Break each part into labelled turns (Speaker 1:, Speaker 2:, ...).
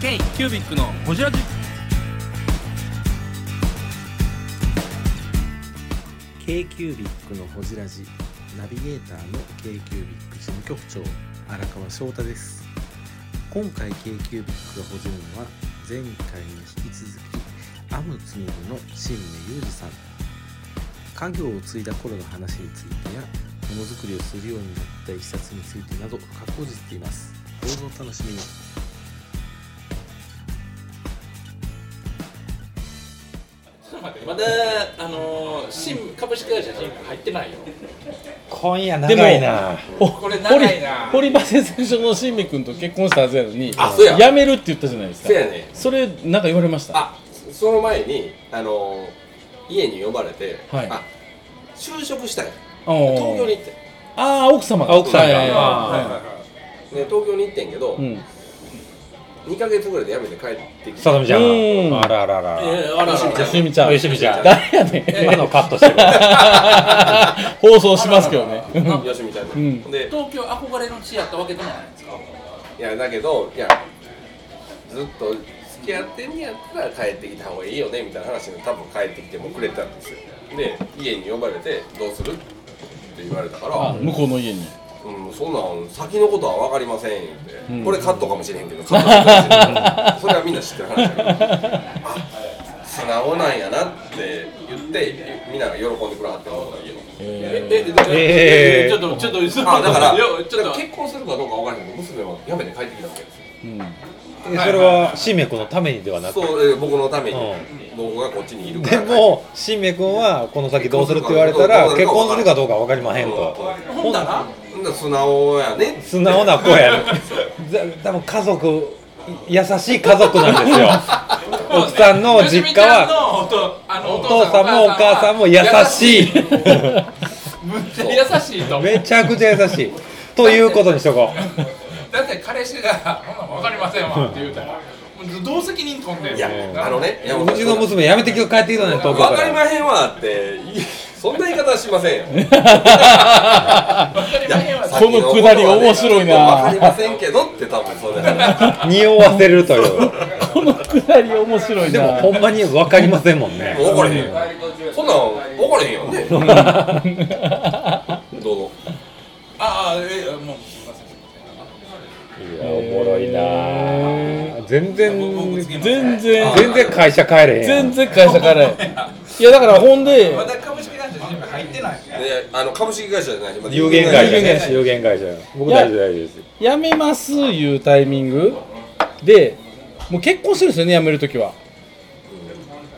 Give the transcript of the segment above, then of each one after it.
Speaker 1: イキュービックのホジラジ
Speaker 2: 京急ビックのほじラジナビゲーターの京急ビック事務局長荒川翔太です今回京急ビックがほじるのは前回に引き続きアムツムグの新名裕二さん家業を継いだ頃の話についてやものづくりをするようになったいきさつについてなど深くほじっていますどうぞお楽しみに
Speaker 3: まだあのー新株式会社新入ってないよ。
Speaker 4: 今夜長いな
Speaker 3: これ長いな
Speaker 5: 堀堀場製作所の新名君と結婚したはずやのに
Speaker 6: あそうや
Speaker 5: 辞めるって言ったじゃないですか
Speaker 6: せやね
Speaker 5: それなんか言われました
Speaker 6: あその前にあの家に呼ばれて、
Speaker 5: はい
Speaker 6: あ就職したんや
Speaker 5: あー
Speaker 6: 東京に行って
Speaker 5: あー奥様が
Speaker 4: あ奥さんが
Speaker 5: はいはいはい
Speaker 6: ん
Speaker 4: あ
Speaker 6: で東京に行ってんけど、
Speaker 5: うん
Speaker 6: 2か月ぐらいで辞めて帰ってきて
Speaker 4: さとみちゃん
Speaker 5: うん
Speaker 4: があらあらあら
Speaker 3: えーあら
Speaker 6: しみちゃん
Speaker 5: よしみちゃん
Speaker 4: よしみちゃん
Speaker 5: 誰やねん
Speaker 4: 今のカットしてる
Speaker 5: 放送しますけどね
Speaker 6: よしみちゃん、
Speaker 5: ん
Speaker 6: で
Speaker 3: 東京憧れの地やったわけでもないんですか。
Speaker 6: いやだけどいやずっと付き合ってんねやったら帰ってきた方がいいよねみたいな話に多分帰ってきてもくれたんですよで家に呼ばれて「どうする?」って言われたから
Speaker 5: あ向こうの家に
Speaker 6: 「うん、そんなん先のことは分かりません」言って、
Speaker 5: ん
Speaker 6: これカットかもしれへんけどカットかもしれへんけどそれはみんな知ってる話だけどあ素直なんやなって言ってみんなが喜んでくれはって思ったら家の
Speaker 3: え
Speaker 5: え
Speaker 3: えええ
Speaker 4: ええ
Speaker 3: ちょっとちょっと嘘
Speaker 6: あだから
Speaker 3: いやちょっと
Speaker 6: 結婚するかどうか分からへんけど娘はやめて帰ってきたわけですよ
Speaker 5: ーうん
Speaker 4: えそれは新名君のためにではなく
Speaker 6: そう、えー僕のために、
Speaker 4: う
Speaker 6: 僕がこっちにいるか
Speaker 4: で
Speaker 6: ら
Speaker 4: も新名君はこの先どうするって言われたら結婚するかどうか分かりまへんと
Speaker 6: う
Speaker 3: ほんだな。
Speaker 6: ん素直やねって
Speaker 4: 素直な子やねで多分家族優しい家族なんですよ奥さんの実家は
Speaker 3: は。おとあの
Speaker 4: お父さんもお母さんも優しい
Speaker 3: い。むっちゃ優しいと思う。
Speaker 4: めちゃくちゃ優しいということにしとこう
Speaker 3: だって彼氏がほんなんわかりませんわって言うたら、もうどう責任取んねん。
Speaker 6: いや、あのね、いや
Speaker 4: うちの娘やめてきて帰ってきたね東京
Speaker 6: わ
Speaker 4: か
Speaker 6: かり
Speaker 4: ら
Speaker 6: まへんわって、いそんな言い方はしませんよ。
Speaker 3: わかりまへんわ。
Speaker 6: さっき
Speaker 5: このくだり面白いな
Speaker 6: わかりませんけどって多分それ。
Speaker 4: 匂わせるという
Speaker 5: このくだり面白いな
Speaker 4: でもほんまに分かりませんもんね
Speaker 6: 怒れへんよ。そんなん怒れへんよね。どうぞ。
Speaker 3: ああええもうすいません。
Speaker 4: いやおもろいな全然
Speaker 5: 全然
Speaker 4: 全然会社帰れへんやん
Speaker 5: 全然会社からやいやだからほんで
Speaker 3: まだ株式会社新聞入ってない。
Speaker 6: で、あの株式会社じゃない。まあ
Speaker 4: 有限会社
Speaker 5: 有限
Speaker 4: ね
Speaker 5: 会社
Speaker 4: 有限会社僕大丈夫大丈夫です
Speaker 5: 辞めますいうタイミングでもう結婚するんですよね辞めるときは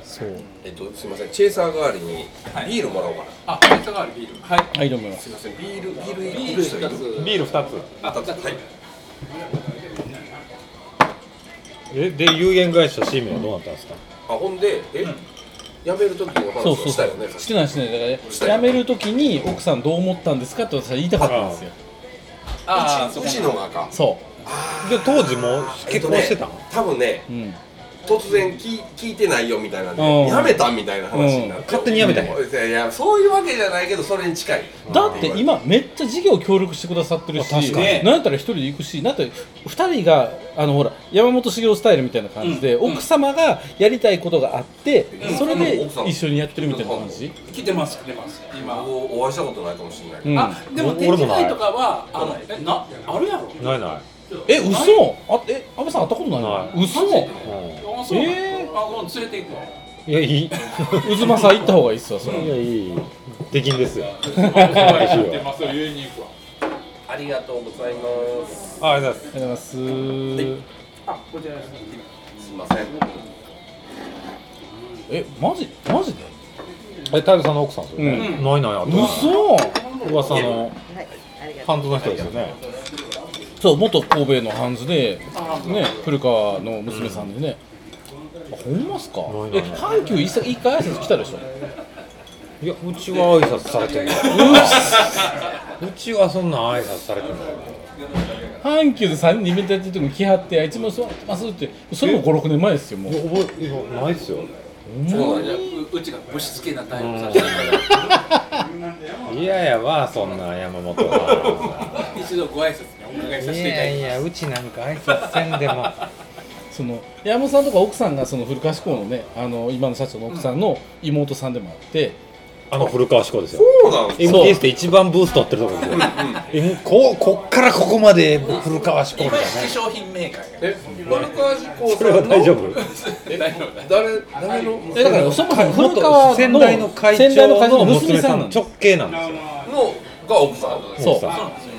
Speaker 5: そう
Speaker 6: えっと、すみません、チェイサー代わりにビールもらおうかな。
Speaker 3: あ、会社があるビール。はい。
Speaker 5: はいどうもよ
Speaker 6: すみません、ビール、ビール、ビール人いる。
Speaker 4: ビール2つ
Speaker 6: あ、たはい。
Speaker 4: えで有限会社新名はどうなったんですか
Speaker 6: あ、ほんで、え、辞める時の話
Speaker 5: そう
Speaker 6: を
Speaker 5: そう
Speaker 6: し
Speaker 5: そ
Speaker 6: た
Speaker 5: う
Speaker 6: よね。
Speaker 5: してないしてない
Speaker 6: した
Speaker 5: だ
Speaker 6: よ
Speaker 5: から辞めるときに奥さんどう思ったんですかって私は言いたかったんですよ
Speaker 3: ああ
Speaker 6: うちのがか。
Speaker 5: そ
Speaker 4: で当時もう結婚してたの
Speaker 6: えっとね多分ね
Speaker 5: う、うん、
Speaker 6: 突然聞い聞いてないよみたいなんで、
Speaker 5: うん
Speaker 6: やめたみたいな話になって、
Speaker 4: うん勝手にやめたんや
Speaker 6: いやいやそういうわけじゃないけどそれに近い
Speaker 5: だって今めっちゃ事業協力してくださってるし
Speaker 4: あ確かに
Speaker 5: なんやったら一人で行くしなんやったら2人があのほら山本修行スタイルみたいな感じで、
Speaker 3: うん
Speaker 5: 奥様がやりたいことがあって、
Speaker 6: うん
Speaker 5: それで
Speaker 6: 奥さんも
Speaker 5: 一緒にやってるみたいな感じ、
Speaker 3: 来てます来てます。今。
Speaker 6: おお会いしたことないかもしれないけ
Speaker 5: うん、
Speaker 3: あ、でも展
Speaker 4: 俺
Speaker 3: 示
Speaker 4: もない
Speaker 3: 会とかは、あの、え、な、あるやろ。
Speaker 4: ないない
Speaker 5: え嘘あえ安倍さん会ったことないの
Speaker 4: な
Speaker 5: 嘘え
Speaker 3: あ、そう。
Speaker 5: え
Speaker 3: あ、もう連れて行くわ。
Speaker 4: いやいいい
Speaker 5: ー、渦政行った方がいいっすわそれ
Speaker 4: やいいできんです よ
Speaker 3: ます。言いに行くわ。
Speaker 6: ありがとうございます
Speaker 4: あありがとうございます
Speaker 5: ありがとうございますー
Speaker 3: あ、こちらです。
Speaker 6: すいません
Speaker 5: えマジマジで
Speaker 4: え太郎さんの奥さんですよね、
Speaker 5: うん
Speaker 4: ないないあ
Speaker 5: 嘘
Speaker 4: 噂の担当の人ですよね
Speaker 5: そう元神戸のハンズで
Speaker 3: あー
Speaker 5: ね古川の娘さんでね、あほんますか
Speaker 4: ないな
Speaker 5: え
Speaker 4: いない
Speaker 5: 阪急一さ一回挨拶来たでしょ
Speaker 4: いやうちは挨拶されてるうちはそんな挨拶されてる
Speaker 5: 阪急で3人でイベントやってる時に来はってあいつも座ってますってそれも56年前ですよもう
Speaker 4: 覚えいやないっすよ
Speaker 6: そうなんじゃ
Speaker 3: ううちがぶしつけなタイプさせていただい
Speaker 4: いややわそんな山本は
Speaker 3: て一度ご挨拶にお伺いさせていただきます。
Speaker 4: やうちなんか挨拶せんでも
Speaker 5: その山本さんとか奥さんがその古川志向のねあの今の社長の奥さんの妹さんでもあって、
Speaker 4: あの古川志向ですよ
Speaker 6: そうなんです
Speaker 4: MTS で一番ブース取ってるとこですよ、M- こうこっからここまで古川志
Speaker 3: い
Speaker 4: 向みた
Speaker 3: ま
Speaker 4: い
Speaker 3: い
Speaker 4: な
Speaker 3: ち商品メーカーが
Speaker 6: え、丸川志功
Speaker 4: それ
Speaker 6: さ
Speaker 4: は
Speaker 6: んの
Speaker 4: 大丈夫
Speaker 3: え大丈夫だ
Speaker 6: 誰誰の
Speaker 5: えだからそもそも古川の
Speaker 4: 先代の会
Speaker 5: 先代の会
Speaker 4: 長
Speaker 5: 長
Speaker 4: の
Speaker 5: の
Speaker 4: 娘
Speaker 5: 娘
Speaker 4: さ
Speaker 5: さ
Speaker 4: ん
Speaker 5: んな
Speaker 4: の
Speaker 5: んです
Speaker 4: 直系なんですよ
Speaker 6: のが奥さん
Speaker 5: そう
Speaker 4: 奥さん
Speaker 3: そうなんですよ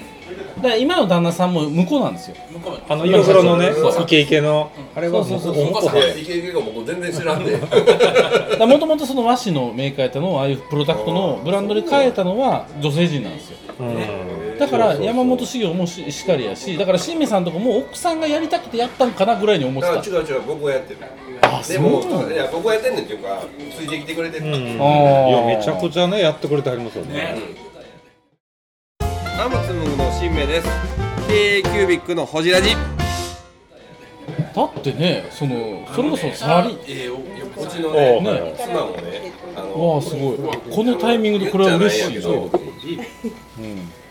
Speaker 5: だから今の旦那さんも向こうなんですよ
Speaker 3: 向こう
Speaker 4: あの色黒のね
Speaker 6: そうそう
Speaker 4: イケイケのあれは
Speaker 5: そうそうそう
Speaker 4: もうお
Speaker 6: いやイケイケが僕全然知らんで
Speaker 5: もともとその和紙のメーカーやったのをああいうプロダクトのブランドに変えたのは女性陣なんですよ
Speaker 4: うん
Speaker 5: だから
Speaker 4: そうそうそう
Speaker 5: 山本修行もししかりやしだから新明さんとかも奥さんがやりたくてやったんかなぐらいに思って
Speaker 6: だから
Speaker 5: た
Speaker 6: 違う違う僕がやってる
Speaker 5: あ
Speaker 6: で
Speaker 5: そうな
Speaker 6: も
Speaker 5: ん
Speaker 6: い
Speaker 5: だ
Speaker 6: や僕がやってんねんっていうかついてきてくれてる、
Speaker 4: うんい
Speaker 5: あー
Speaker 4: やめちゃくちゃねやってくれてはりますよね
Speaker 6: アムツムグの新名です経営キュービックのホジラジ
Speaker 5: だってねそのそれこそサラリー
Speaker 3: ええよく
Speaker 6: う
Speaker 3: さ
Speaker 6: ちのね
Speaker 5: ね
Speaker 6: 妻もねあの
Speaker 5: わあすごいこのタイミングでこれは嬉しい
Speaker 6: 言っ
Speaker 5: よ
Speaker 6: ちゃないんやけど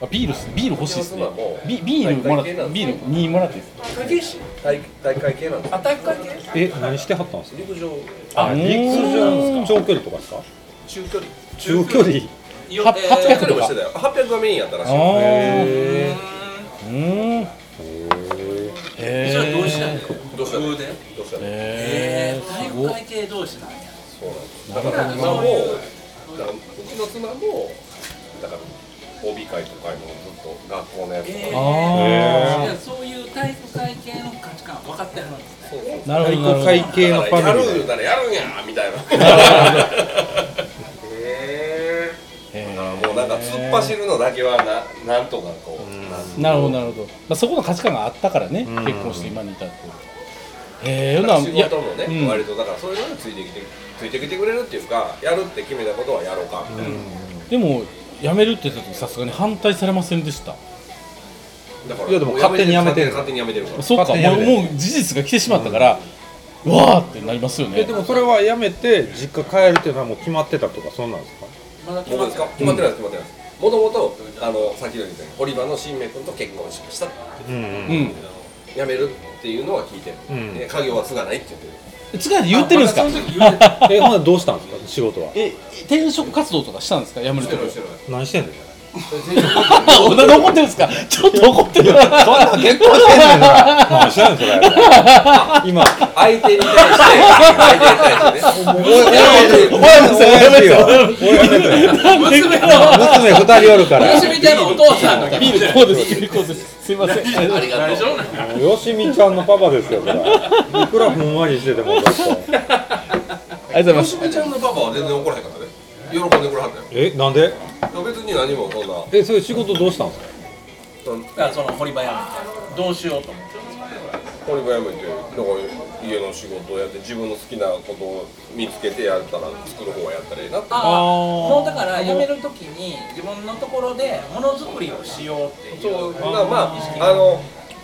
Speaker 5: あビールっすビール欲しいですね
Speaker 6: うちの妻も
Speaker 5: ビビールもらって
Speaker 6: 体型なんで
Speaker 5: ビ
Speaker 6: す
Speaker 5: ール2もらっていいですか
Speaker 6: 大大会系なんです
Speaker 3: 体育会系
Speaker 4: え何してはったんですか
Speaker 6: 陸上
Speaker 4: あ陸上長距離とかですか
Speaker 3: 中距離
Speaker 4: 中距離
Speaker 3: よ
Speaker 5: は
Speaker 3: え
Speaker 6: そ
Speaker 5: 800
Speaker 6: れもしてたよ800がメインやったらしい
Speaker 5: あ
Speaker 6: よ
Speaker 5: ーうんへ
Speaker 3: ー
Speaker 5: え
Speaker 3: それはどうしたんだよ
Speaker 6: どうした
Speaker 3: どうで
Speaker 6: どうしたの
Speaker 5: へえ
Speaker 3: えー、体育会系同士なんや
Speaker 6: そうなんですだから今もだからうちの妻もだから帯会とかにもずっと学校のやつとか、
Speaker 3: えー
Speaker 5: あ
Speaker 3: いやそういう体育会系の価値観分かってはるんですね
Speaker 5: あなるほどなる
Speaker 4: 会
Speaker 5: ほ
Speaker 4: 系の
Speaker 6: だ
Speaker 4: フ
Speaker 6: からや
Speaker 4: ァミ
Speaker 6: る
Speaker 4: リー
Speaker 6: 言う
Speaker 4: で
Speaker 6: たらやるんやみたいなへえもうなんか突っ走るのだけはななんとかこう、なん
Speaker 5: どなるほどなるほど、まあ、そこの価値観があったからね結婚して今に至ってへえ
Speaker 6: だから
Speaker 5: な
Speaker 6: 仕
Speaker 5: いや
Speaker 6: 事もね、
Speaker 5: うん
Speaker 6: 割とだからそういうのについてきてついてきてくれるっていうかやるって決めたことはやろうかみたいな、
Speaker 5: でも辞めるって言った時さすがに反対されませんでした
Speaker 6: だから
Speaker 4: いやでも勝手にやめてる
Speaker 6: 勝手にやめてるから
Speaker 5: そうか
Speaker 4: 勝
Speaker 5: も
Speaker 4: 手に
Speaker 5: う
Speaker 4: 辞めて
Speaker 5: もう事実が来てしまったから、うわーってなりますよね
Speaker 4: えでもそれはやめて実家帰るっていうのはもう決まってたとかそうなんですか
Speaker 3: まだ決まっ
Speaker 6: 僕
Speaker 3: てな
Speaker 6: ですか
Speaker 3: い
Speaker 6: 決まってないです決まってないですもともとあの先ほど言ったように堀場の新明君と結婚しました
Speaker 4: うん
Speaker 5: うん
Speaker 6: 辞めるっていうのは聞いてる、
Speaker 4: うん
Speaker 6: で家業は継がないって言 ってる
Speaker 5: つか言ってるんですか
Speaker 3: あまだその時言うてた
Speaker 4: えほんならどうしたんですか仕事は
Speaker 5: え転職活動とかしたんですか辞めるとき
Speaker 6: してる
Speaker 4: 何してんの
Speaker 5: あなんで怒ってるんですかちょっと怒ってる
Speaker 4: そんな結婚してんねんから何してんのそれ 今
Speaker 6: 相手に対して相手に対してね
Speaker 4: お前もそうやめてよ俺やめて
Speaker 3: 娘
Speaker 4: よ
Speaker 3: の
Speaker 4: 娘二人おるから
Speaker 3: 私みたいなお父さんの気
Speaker 5: ビ
Speaker 3: 持
Speaker 5: ー
Speaker 3: ち
Speaker 5: ル
Speaker 3: で
Speaker 5: こうですビールこうですすいません
Speaker 6: ありが
Speaker 3: 大
Speaker 6: とう
Speaker 3: 丈夫なんか
Speaker 4: よしみちゃんのパパですよこれいくらふんわりしててもちょっと
Speaker 5: ありがとうございます
Speaker 6: 娘ちゃんのパパは全然怒らへんからね喜んでくれはったよ
Speaker 4: えなんで
Speaker 6: いや別に何もそんな
Speaker 4: えそれ仕事どうしたんですか
Speaker 6: そん
Speaker 3: だからその堀場屋みたいなどうしようと思って
Speaker 6: これがやめてだから家の仕事をやって自分の好きなことを見つけてやったら作る方はやったらいいなって
Speaker 3: ああ
Speaker 5: あー
Speaker 3: もうだから辞めるときに自分のところでものづくりをしようっていう
Speaker 6: そうだからまああの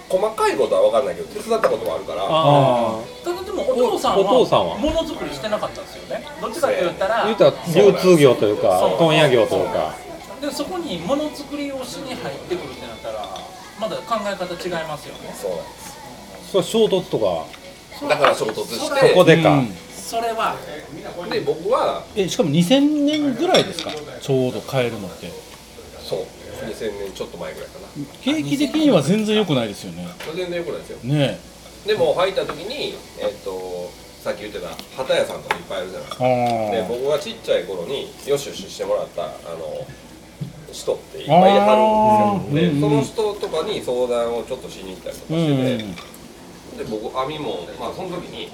Speaker 6: 細かいことは分かんないけど手伝ったこともあるから
Speaker 4: あ
Speaker 3: ただでもお父さんは
Speaker 4: おお父さんは
Speaker 3: ものづくりしてなかったんですよねどっちかって言ったら
Speaker 4: あ言うたら流通業というか
Speaker 3: そう
Speaker 4: 問屋業というか
Speaker 3: でそこにものづくりをしに入ってくるってなったらまだ考え方違いますよね
Speaker 6: そうなんで
Speaker 4: それ衝突とか
Speaker 6: すだから衝突し
Speaker 4: ここ
Speaker 6: て
Speaker 4: でか、
Speaker 5: うん
Speaker 3: それは
Speaker 6: で僕は
Speaker 5: えしかも2000年ぐらいですかちょうど変えるのって
Speaker 6: そう2000年ちょっと前ぐらいかな
Speaker 5: 景気的には全然良くないですよね
Speaker 6: それ全然良くないですよ
Speaker 5: ね
Speaker 6: でも入った時にえっとさっき言ってた旗屋さんとかいっぱいあるじゃないですか
Speaker 5: えあ
Speaker 6: で
Speaker 5: ー
Speaker 6: 僕がちっちゃい頃によしよししてもらったあの人っていっぱいはるんで
Speaker 5: あー
Speaker 6: すよでそ
Speaker 5: うんう
Speaker 6: の
Speaker 5: ん
Speaker 6: 人とかに相談をちょっとしに行ったりと
Speaker 5: う
Speaker 6: かしてて、
Speaker 5: ん
Speaker 6: で僕編み物まあその時に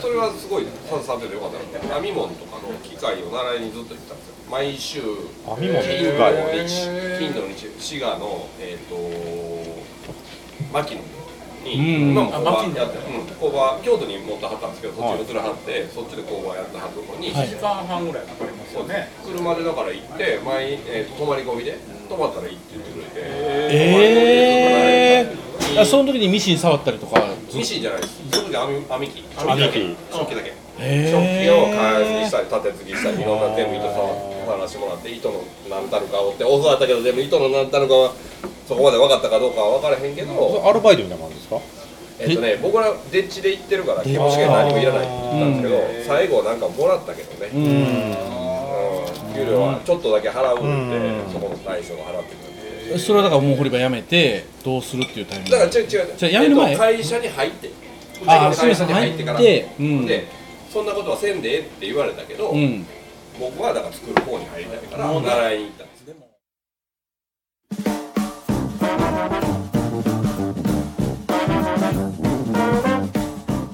Speaker 6: それはすごい携わっててよかったんだけど編み物とかの機械を習いにずっと行ってたんですよ毎週
Speaker 4: 編み物
Speaker 6: 金
Speaker 4: へ
Speaker 6: 土日金土日滋賀のえっ、と牧野
Speaker 5: う
Speaker 6: に、
Speaker 5: ん
Speaker 6: 今も工場
Speaker 3: あ牧野
Speaker 6: やってる、うん、工場京都に持ってはったんですけどそっちに移らはって、そっちで工場やってはるとこに、
Speaker 5: はい
Speaker 3: 時間半ぐらいかかりますよね
Speaker 6: 車でだから行って前、えー泊まり込みで泊まったらいいって言ってくれて
Speaker 5: え
Speaker 6: 泊まり込みで泊まら
Speaker 5: え
Speaker 6: れたり
Speaker 5: その時にミシン触ったりとかず
Speaker 6: ミシンじゃないですその時は編み編み機
Speaker 4: 編み機
Speaker 6: 食器だけ食器
Speaker 5: へ
Speaker 6: を
Speaker 5: ー
Speaker 6: 開発にしたり縦継ぎしたりいろんな全部糸触らせてもらって糸の何たるかをって教わったけど全部糸の何たるかはそこまで分かったかどうかは分からへんけど
Speaker 4: アルバイトみたいなもんですか
Speaker 6: えっとね、僕らデッチで行ってるから気持ちが何もいらないって言ったんですけど、最後なんかもらったけどね、うん給料はちょっとだけ払うんで、そこの大将が払ってくれて
Speaker 5: それはだからもう堀場辞めてどうするっていうタイミング
Speaker 6: だから違う違う
Speaker 5: じゃあやめる前
Speaker 6: えっと会社に入って
Speaker 5: あー
Speaker 6: 会社に入ってから
Speaker 5: そうですね入ってうん
Speaker 6: でそんなことはせんでええって言われたけど、
Speaker 5: うん
Speaker 6: 僕はだから作る方に入りたいから習いに行ったんです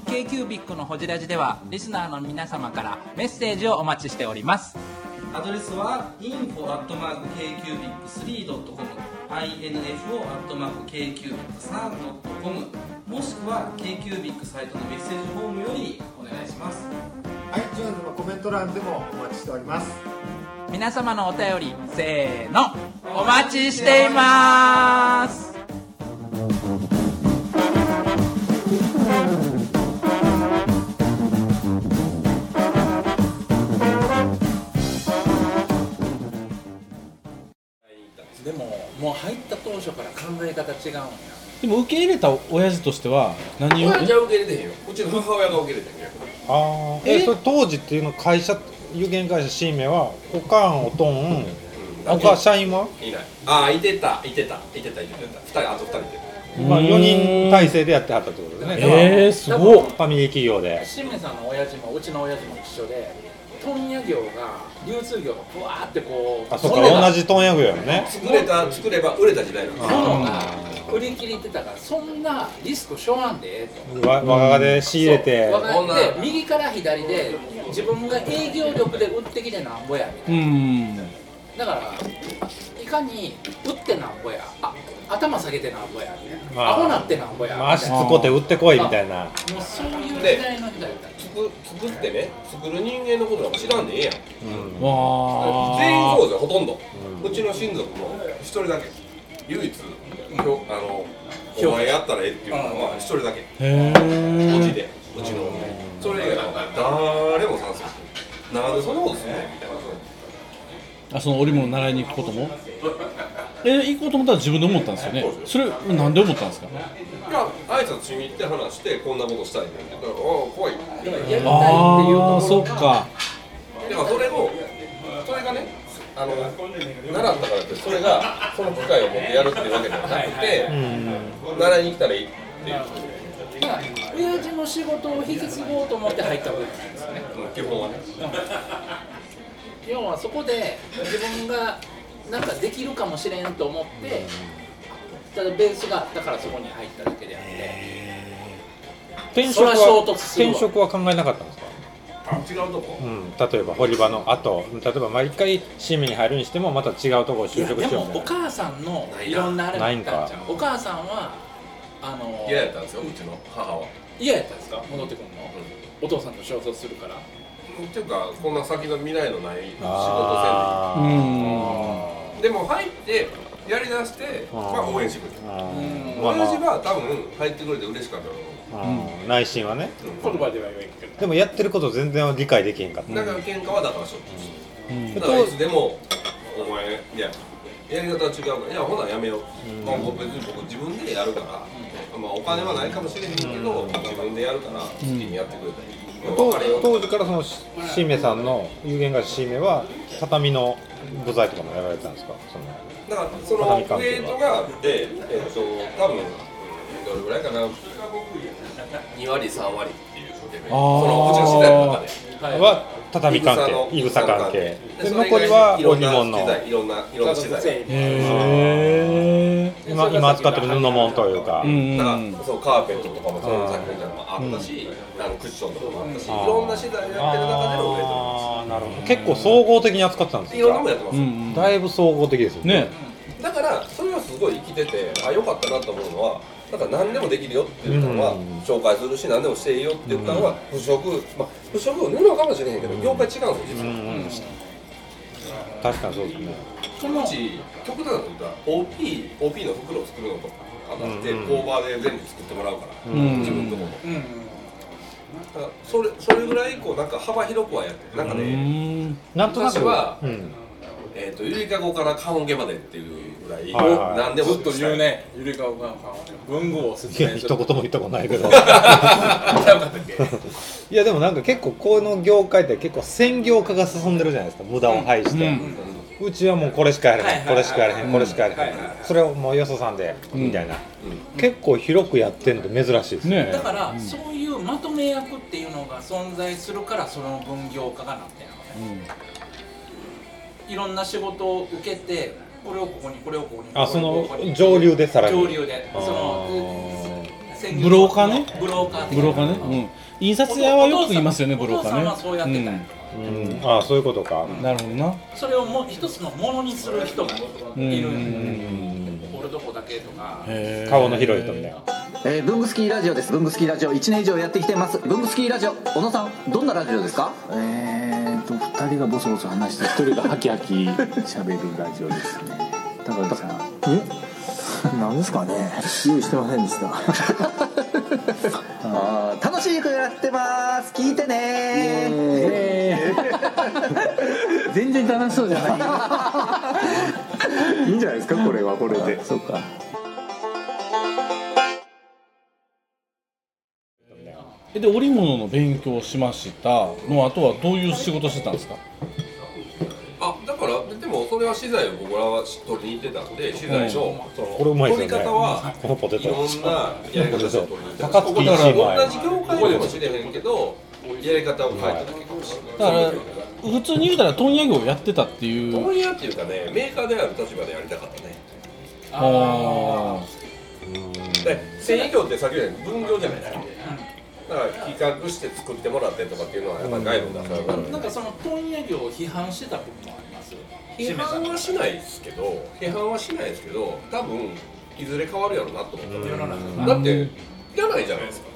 Speaker 1: k q b i c のほじラジではリスナーの皆様からメッセージをお待ちしております
Speaker 7: アドレスは info.kcubic3.com info.kcubic3.com もしくは KQBIC サイトのメッセージフォームよりお願いします
Speaker 8: iTunes のコメント欄でもお待ちしております
Speaker 1: 皆様のお便りせーのお待ちしています
Speaker 3: でももう入った当初から考え方違うんや
Speaker 5: でも受け入れた親父としては何を
Speaker 6: 親父は受け入れてへんようちの母親が受け入れてへんよ
Speaker 4: ああえそれ当時っていうの会社有限会社シーメはおかんおとんおか社員はい
Speaker 6: ないああいてたいてたいてたいてたいてた二人あと二人いて
Speaker 4: まあ4人体制でやってはったってことですね
Speaker 5: えー、すごっ
Speaker 4: ファミリー企業で
Speaker 3: 清水さんの親父もうちの親父も一緒で問屋業が流通業がぶわーってこう
Speaker 4: あそっ
Speaker 3: 物が
Speaker 4: か同じ問屋具やもんね
Speaker 6: た作れた作れば売れた時代なんですよ
Speaker 3: 物が売り切れてたからそんなリスクしょわんでええと
Speaker 4: わ我が家で仕入れて
Speaker 3: そう分かって右から左で自分が営業力で売ってきてなんぼやみたい
Speaker 5: うん
Speaker 3: なだからいかに売ってなんぼやあ頭下げてなんぼやみたいなア
Speaker 4: あー
Speaker 3: ホなってなんぼやみ
Speaker 4: まあ、
Speaker 3: た
Speaker 4: 足つ
Speaker 3: い
Speaker 4: こて売ってこいみたい
Speaker 3: な
Speaker 4: な
Speaker 3: もうそういう時代の時代だった
Speaker 6: 作作ってね作る人間のことなんか知らんでええやん
Speaker 5: わ
Speaker 6: 全員そうですよほとんど、うちの親族も一人だけ唯一ひょあのお前やったらええっていうのは一人だけ
Speaker 5: ーへ
Speaker 6: う
Speaker 5: ー
Speaker 6: ちでうちのそれ以外は誰も参戦してないなんでそんなことすんのみたいな
Speaker 5: あその織物習いに行くこともえ行こうと思ったら自分で思ったんですよねそれなんで思ったんですか
Speaker 6: いや挨拶しに行って話してこんなことしたいねんって言ったら「おお怖い」だか
Speaker 5: ああそっか
Speaker 6: らそれもそれがねあの習ったからってそれがその機会を持ってやるっていうわけじゃなくて、習いに来たらいいっていう
Speaker 3: まあ親父の仕事を引き継ごうと思って入ったわけじゃないですよね
Speaker 6: 基本はね
Speaker 3: 要はそこで自分がなんかできるかもしれんと思ってただベースがあったからそこに入っただけであって
Speaker 4: 転職は
Speaker 3: そら衝突するわ
Speaker 4: 転職は考えなかったんですか、
Speaker 6: あ違うとこ
Speaker 4: うん、例えば堀場の後例えば毎回新メに入るにしてもまた違うところ
Speaker 3: いや
Speaker 4: 就職
Speaker 3: で
Speaker 4: しよう
Speaker 3: も
Speaker 4: み
Speaker 3: お
Speaker 4: たいな
Speaker 3: 母さんのいろんなあれがあったんじゃんお母さんはあの
Speaker 6: 嫌やったんですようちの母は
Speaker 3: 嫌やったんですか戻ってくるの、お父さんと衝突するから
Speaker 6: っていうかこんな先の未来のない仕
Speaker 5: う
Speaker 6: 事
Speaker 4: あ
Speaker 5: ん
Speaker 6: せんでいいでも入ってやりだしてまあ応援してくれ
Speaker 4: ー
Speaker 6: た
Speaker 4: あーまあま
Speaker 6: 親父は多分入ってくれて嬉しかったと思
Speaker 4: あうん内心はね
Speaker 3: 言葉では言えんけど
Speaker 4: でもやってること全然理解できへんかっ
Speaker 6: う
Speaker 4: た、
Speaker 6: だから喧嘩はだからしょっ
Speaker 5: う
Speaker 6: ちゅ
Speaker 5: ん
Speaker 6: うだからいつでも「お前いややり方は違うからいやほなやめよう」まあ別に僕自分でやるからまあお金はないかもしれへんけど自分でやるから好きにやってくれたり
Speaker 4: 当
Speaker 6: 別れよう
Speaker 4: 当時からそのし新メさんの有限会社新メは畳の部材とかもやられてたんですかその
Speaker 6: だからそのウェイトがあって、えっと、多分どれぐらいかな2割3割っていうレベルそのうちの資材の中で
Speaker 4: は畳関係いぐさ関係で残りは
Speaker 6: お
Speaker 4: 織物の
Speaker 6: いろんないろんな資材だか
Speaker 5: へえ
Speaker 4: 今今扱ってる布もんというか、
Speaker 5: うん
Speaker 6: らそうカーペットとかもその作品のもあったし、あのクッションとかもあったし、いろんな資材やってる中でのウェイトなん
Speaker 4: あーなるほど結構総合的に扱ってたんで
Speaker 6: ですすいろんなもん
Speaker 4: か
Speaker 6: やってます
Speaker 5: う
Speaker 6: よ、
Speaker 5: ん
Speaker 4: だいぶ総合的ですよ
Speaker 5: ね
Speaker 6: だからそれはすごい生きててあ良かったなと思うのはなんか何でもできるよって言ったのは、紹介するし何でもしていいよって言ったのは不織まあ不織布布かもしれへんけど業界違うんですよ実は、
Speaker 4: 確かにそうですね
Speaker 6: そのうち極端なこと言ったら OP, OP の袋を作るのとかあって工場で全部作ってもらうから、自分のもの、だからそれそれぐらいこうなんか幅広くはやってるなんかね、
Speaker 5: うん
Speaker 4: なんとな
Speaker 6: 昔
Speaker 4: く
Speaker 6: は、
Speaker 4: うん
Speaker 6: えー、とゆりかごから棺桶までっていうぐらい、
Speaker 4: はいはい
Speaker 6: 何でも
Speaker 9: ずっと言うね、ゆりかお母さんはね、文具をおす
Speaker 4: い
Speaker 9: す
Speaker 4: や
Speaker 9: めす
Speaker 4: 一
Speaker 9: る。
Speaker 4: 言も言ったことないけど いやでもなんか結構この業界って結構専業化が進んでるじゃないですか無駄を排して、うちはもうこれしかやれへん、これしかやれへん、これしかやれへん、それをもうよそさんで、みたいな、結構広くやってんの珍しいですね
Speaker 5: ね
Speaker 3: だから、そういうまとめ役っていうのが存在するからその分業化がなってんのね、いろんな仕事を受けてこれをここにこれをここに
Speaker 4: あ
Speaker 3: これをここ
Speaker 4: その
Speaker 3: に
Speaker 4: 上流でさらに
Speaker 3: 上流でそ
Speaker 4: あ
Speaker 3: の専業
Speaker 5: ブローカーね
Speaker 3: ブローカー的
Speaker 5: ブ
Speaker 3: な
Speaker 5: ローカーね、うん、印刷屋はよく言いますよね
Speaker 3: お
Speaker 5: ブ
Speaker 3: 父
Speaker 5: ローカ
Speaker 3: さんお父さ
Speaker 5: ー
Speaker 3: んはそうやってたんや
Speaker 5: ね、
Speaker 4: うんああそういうことか、
Speaker 5: うん、なるほどな
Speaker 3: それをもう一つのものにする人がいる俺どこだけとか
Speaker 4: 顔の広い人みたいな
Speaker 10: えー、ブングスキーラジオですブングスキーラジオ1年以上やってきてますブングスキーラジオ小野さんどんなラジオですかえーと2人がボソボソ話して1人がハキハキ喋るラジオですね高橋さんえなんですかね用意してませんでしたあー楽しい曲やってます聞いてね全然楽しそうじゃないいいんじゃないですかこれはこれでそうか
Speaker 5: えで織物の勉強をしましたのあとはどういう仕事してたんですか
Speaker 6: あだからでもそれは資材を僕らは取りに行ってたんで資材のその
Speaker 4: これうまいです
Speaker 6: 取
Speaker 4: よね
Speaker 6: り方は
Speaker 4: このポテ
Speaker 6: い
Speaker 4: ト
Speaker 6: ろんなやり方して取りに行ってた
Speaker 4: 高
Speaker 6: こ
Speaker 4: 槻
Speaker 6: こ
Speaker 4: 一
Speaker 6: だから
Speaker 4: 枚
Speaker 6: 同じ業界でもしれへんけどやり方を変えただけかもしれ
Speaker 5: だか
Speaker 6: ない
Speaker 5: ら普通に言うたら問屋業をやってたっていう
Speaker 6: 問屋っていうかねメーカーである立場でやりたかったね
Speaker 5: あ
Speaker 6: で繊維業って先ほど言ったように分業じゃないからだから企画して作ってもらってとかっていうのはやっぱり外部だからな
Speaker 3: なんかその問屋業を批判してた部分もあります
Speaker 6: 批判はしないですけど批判はしないですけど多分いずれ変わるやろうなと思った世の中だっていらないじゃないですか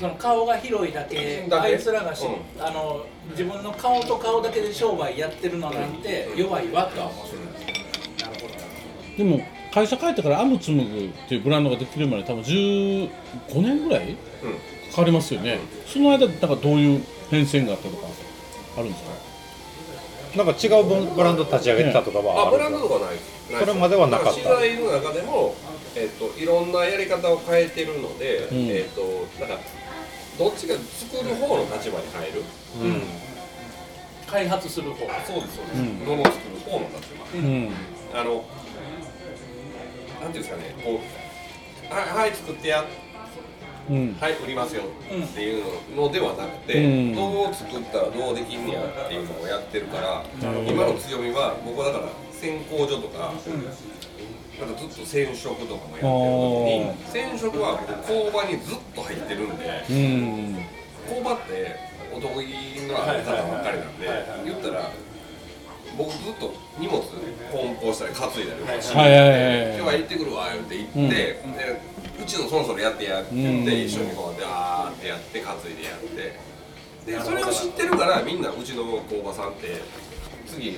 Speaker 3: その顔が広いだけ
Speaker 6: だけ
Speaker 3: あいつらがし、
Speaker 6: う
Speaker 3: あの自分の顔と顔だけで商売やってるのなんて弱いわとは思ってたなるほど
Speaker 5: ーでも会社帰ってからアムツムグっていうブランドができるまで多分15年ぐらいかかりますよね、その間なんかどういう変遷があったとかあるんですか
Speaker 4: なんか違うボンブランド立ち上げてたとかは
Speaker 6: あ
Speaker 4: あ
Speaker 6: ブ
Speaker 4: る
Speaker 6: ランドとかないない
Speaker 4: それまではなかった
Speaker 6: だら資材の中でも、えっといろんなやり方を変えてるの
Speaker 5: ん
Speaker 6: で、えっとなんかどっちか作る方の立場に変える
Speaker 3: 開発する方
Speaker 6: そうですそうです、ものを作る方の立場
Speaker 5: うん
Speaker 6: あの、なんていうんですかね、こう、はい、はい作ってや、
Speaker 5: うん
Speaker 6: はい、売りますよっていうのではなくて、
Speaker 5: うん
Speaker 6: どう作ったらどうできんねやっていうのをやってるから、今の強みは、僕はだから、選考所とか、なんかずっと染色とかもやってる時に、染色は僕工場にずっと入ってるんで、
Speaker 5: うん
Speaker 6: 工場って男気のある方ばっかりなんで、言ったら、僕ずっと荷物梱包したり担いだりとかして
Speaker 5: はいはいはいはい
Speaker 6: 今日は行ってくるわ言って行って、うでうちのそろそろやってやって言って、一緒にこうダーってやって担いでやってでそれを知ってるからみんなうちの工場さんって次えー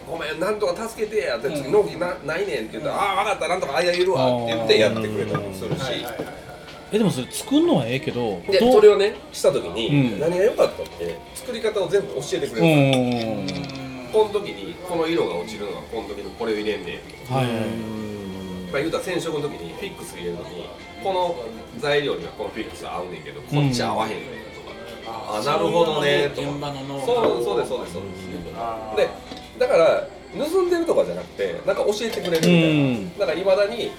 Speaker 6: 「ごめんなんとか助けてや」って「次納期なないねん」って言ったら「ああ分かったなんとかあいやいるわ」って言ってやってくれたりもするし、
Speaker 5: えでもそれ作るのはええけど
Speaker 6: で
Speaker 5: どう
Speaker 6: それをねした時に、
Speaker 5: うん
Speaker 6: 何が良かったって作り方を全部教えてくれ
Speaker 5: う
Speaker 6: るんですよ、
Speaker 5: ん
Speaker 6: この時にこの色が落ちるのはこの時にこれを入れんねんとか
Speaker 5: はい
Speaker 6: まあ、言うたら染色の時にフィックス入れるのにこの材料にはこのフィックス合うねんけどこっち合わへんねんとか、あなるほどねとか
Speaker 3: 現場のノウハウ
Speaker 6: そうそうですそうですそうです、でだから盗んでるとかじゃなくてなんか教えてくれるみたいな、
Speaker 5: うん
Speaker 6: だからいまだに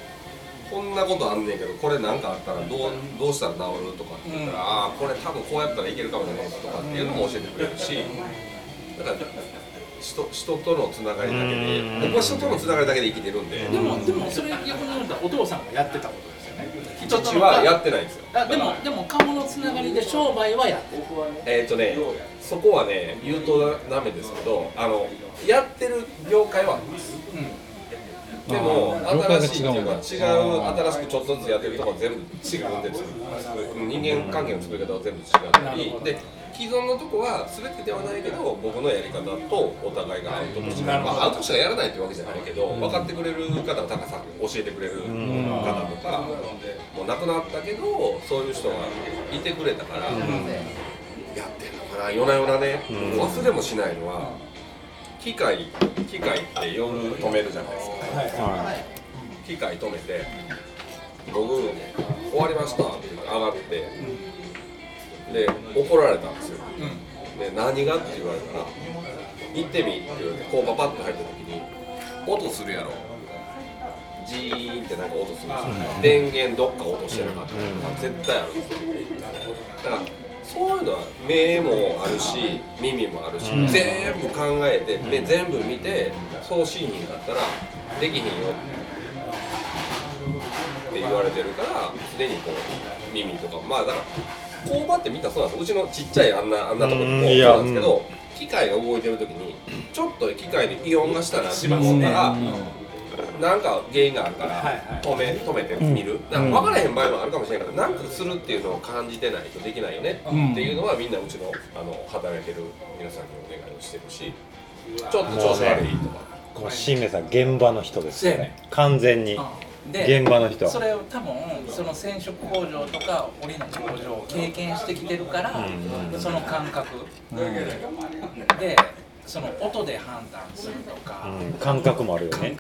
Speaker 6: こんなことあんねんけどこれなんかあったらどうどうしたら治るとかって言ったら、ああこれ多分こうやったらいけるかもしれないとかっていうのも教えてくれるし、だから人人とのつながりだけで、僕は人とのつながりだけで生きてるんで、
Speaker 3: でもでもそれ逆に言うとお父さんがやってたことですよね
Speaker 6: 父はやってないんですよ
Speaker 3: あでもでも顔のつながりで商売はやってる
Speaker 6: えっ、とねそこはね言うとダメですけどあのやってる業界はあります、でも
Speaker 5: あー業界が違うんだ
Speaker 6: 新しいっていうか違う新しくちょっとずつやってるとこは全部違うんですよ人間関係の作り方は全部違ったりで既存のとこは全てではないけど僕のやり方とお互いが合うとこしか、まあ、合うとこしかやらないってわけじゃないけど分かってくれる方が高さん教えてくれる方とかもう亡くなったけどそういう人がいてくれたから。やってんのかな夜な夜なね、忘れもしないのは、機械機械って夜止めるじゃないですか、機械止めて僕終わりましたって上がって、で怒られたんですよ、で何がって言われたら行ってみって言われて工場パッと入った時に音するやろジーンってなんか音するんですよ、電源どっか落としてなかった、絶対あるんですよだからそういうのは目もあるし耳もあるし、全部考えてで全部見てそうしにんだったらできひんよって言われてるからすでにこう耳とかまあだから工場って見たらそうなんですようちのちっちゃいあんなあんなところ
Speaker 4: う
Speaker 6: も
Speaker 4: んい
Speaker 6: そう
Speaker 4: や
Speaker 6: なんですけど、機械が動いてる時にちょっと機械で異音がしたなって思ったら。なんか原因があるから止め止めてみる、なんか分からへん場合もあるかもしれないけどなんかするっていうのを感じてないとできないよねっていうのはみんなうちのあの働いてる皆さんにお願いをしてるしちょっと調子悪いとか、
Speaker 4: こう新名さん現場の人ですよ
Speaker 3: そうや
Speaker 4: ね完全に
Speaker 3: で
Speaker 4: 現場の人
Speaker 3: それを多分その染色工場とかオレンジ工場を経験してきてるから、その感覚、でその音で判断するとか、
Speaker 4: うん感覚もあるよね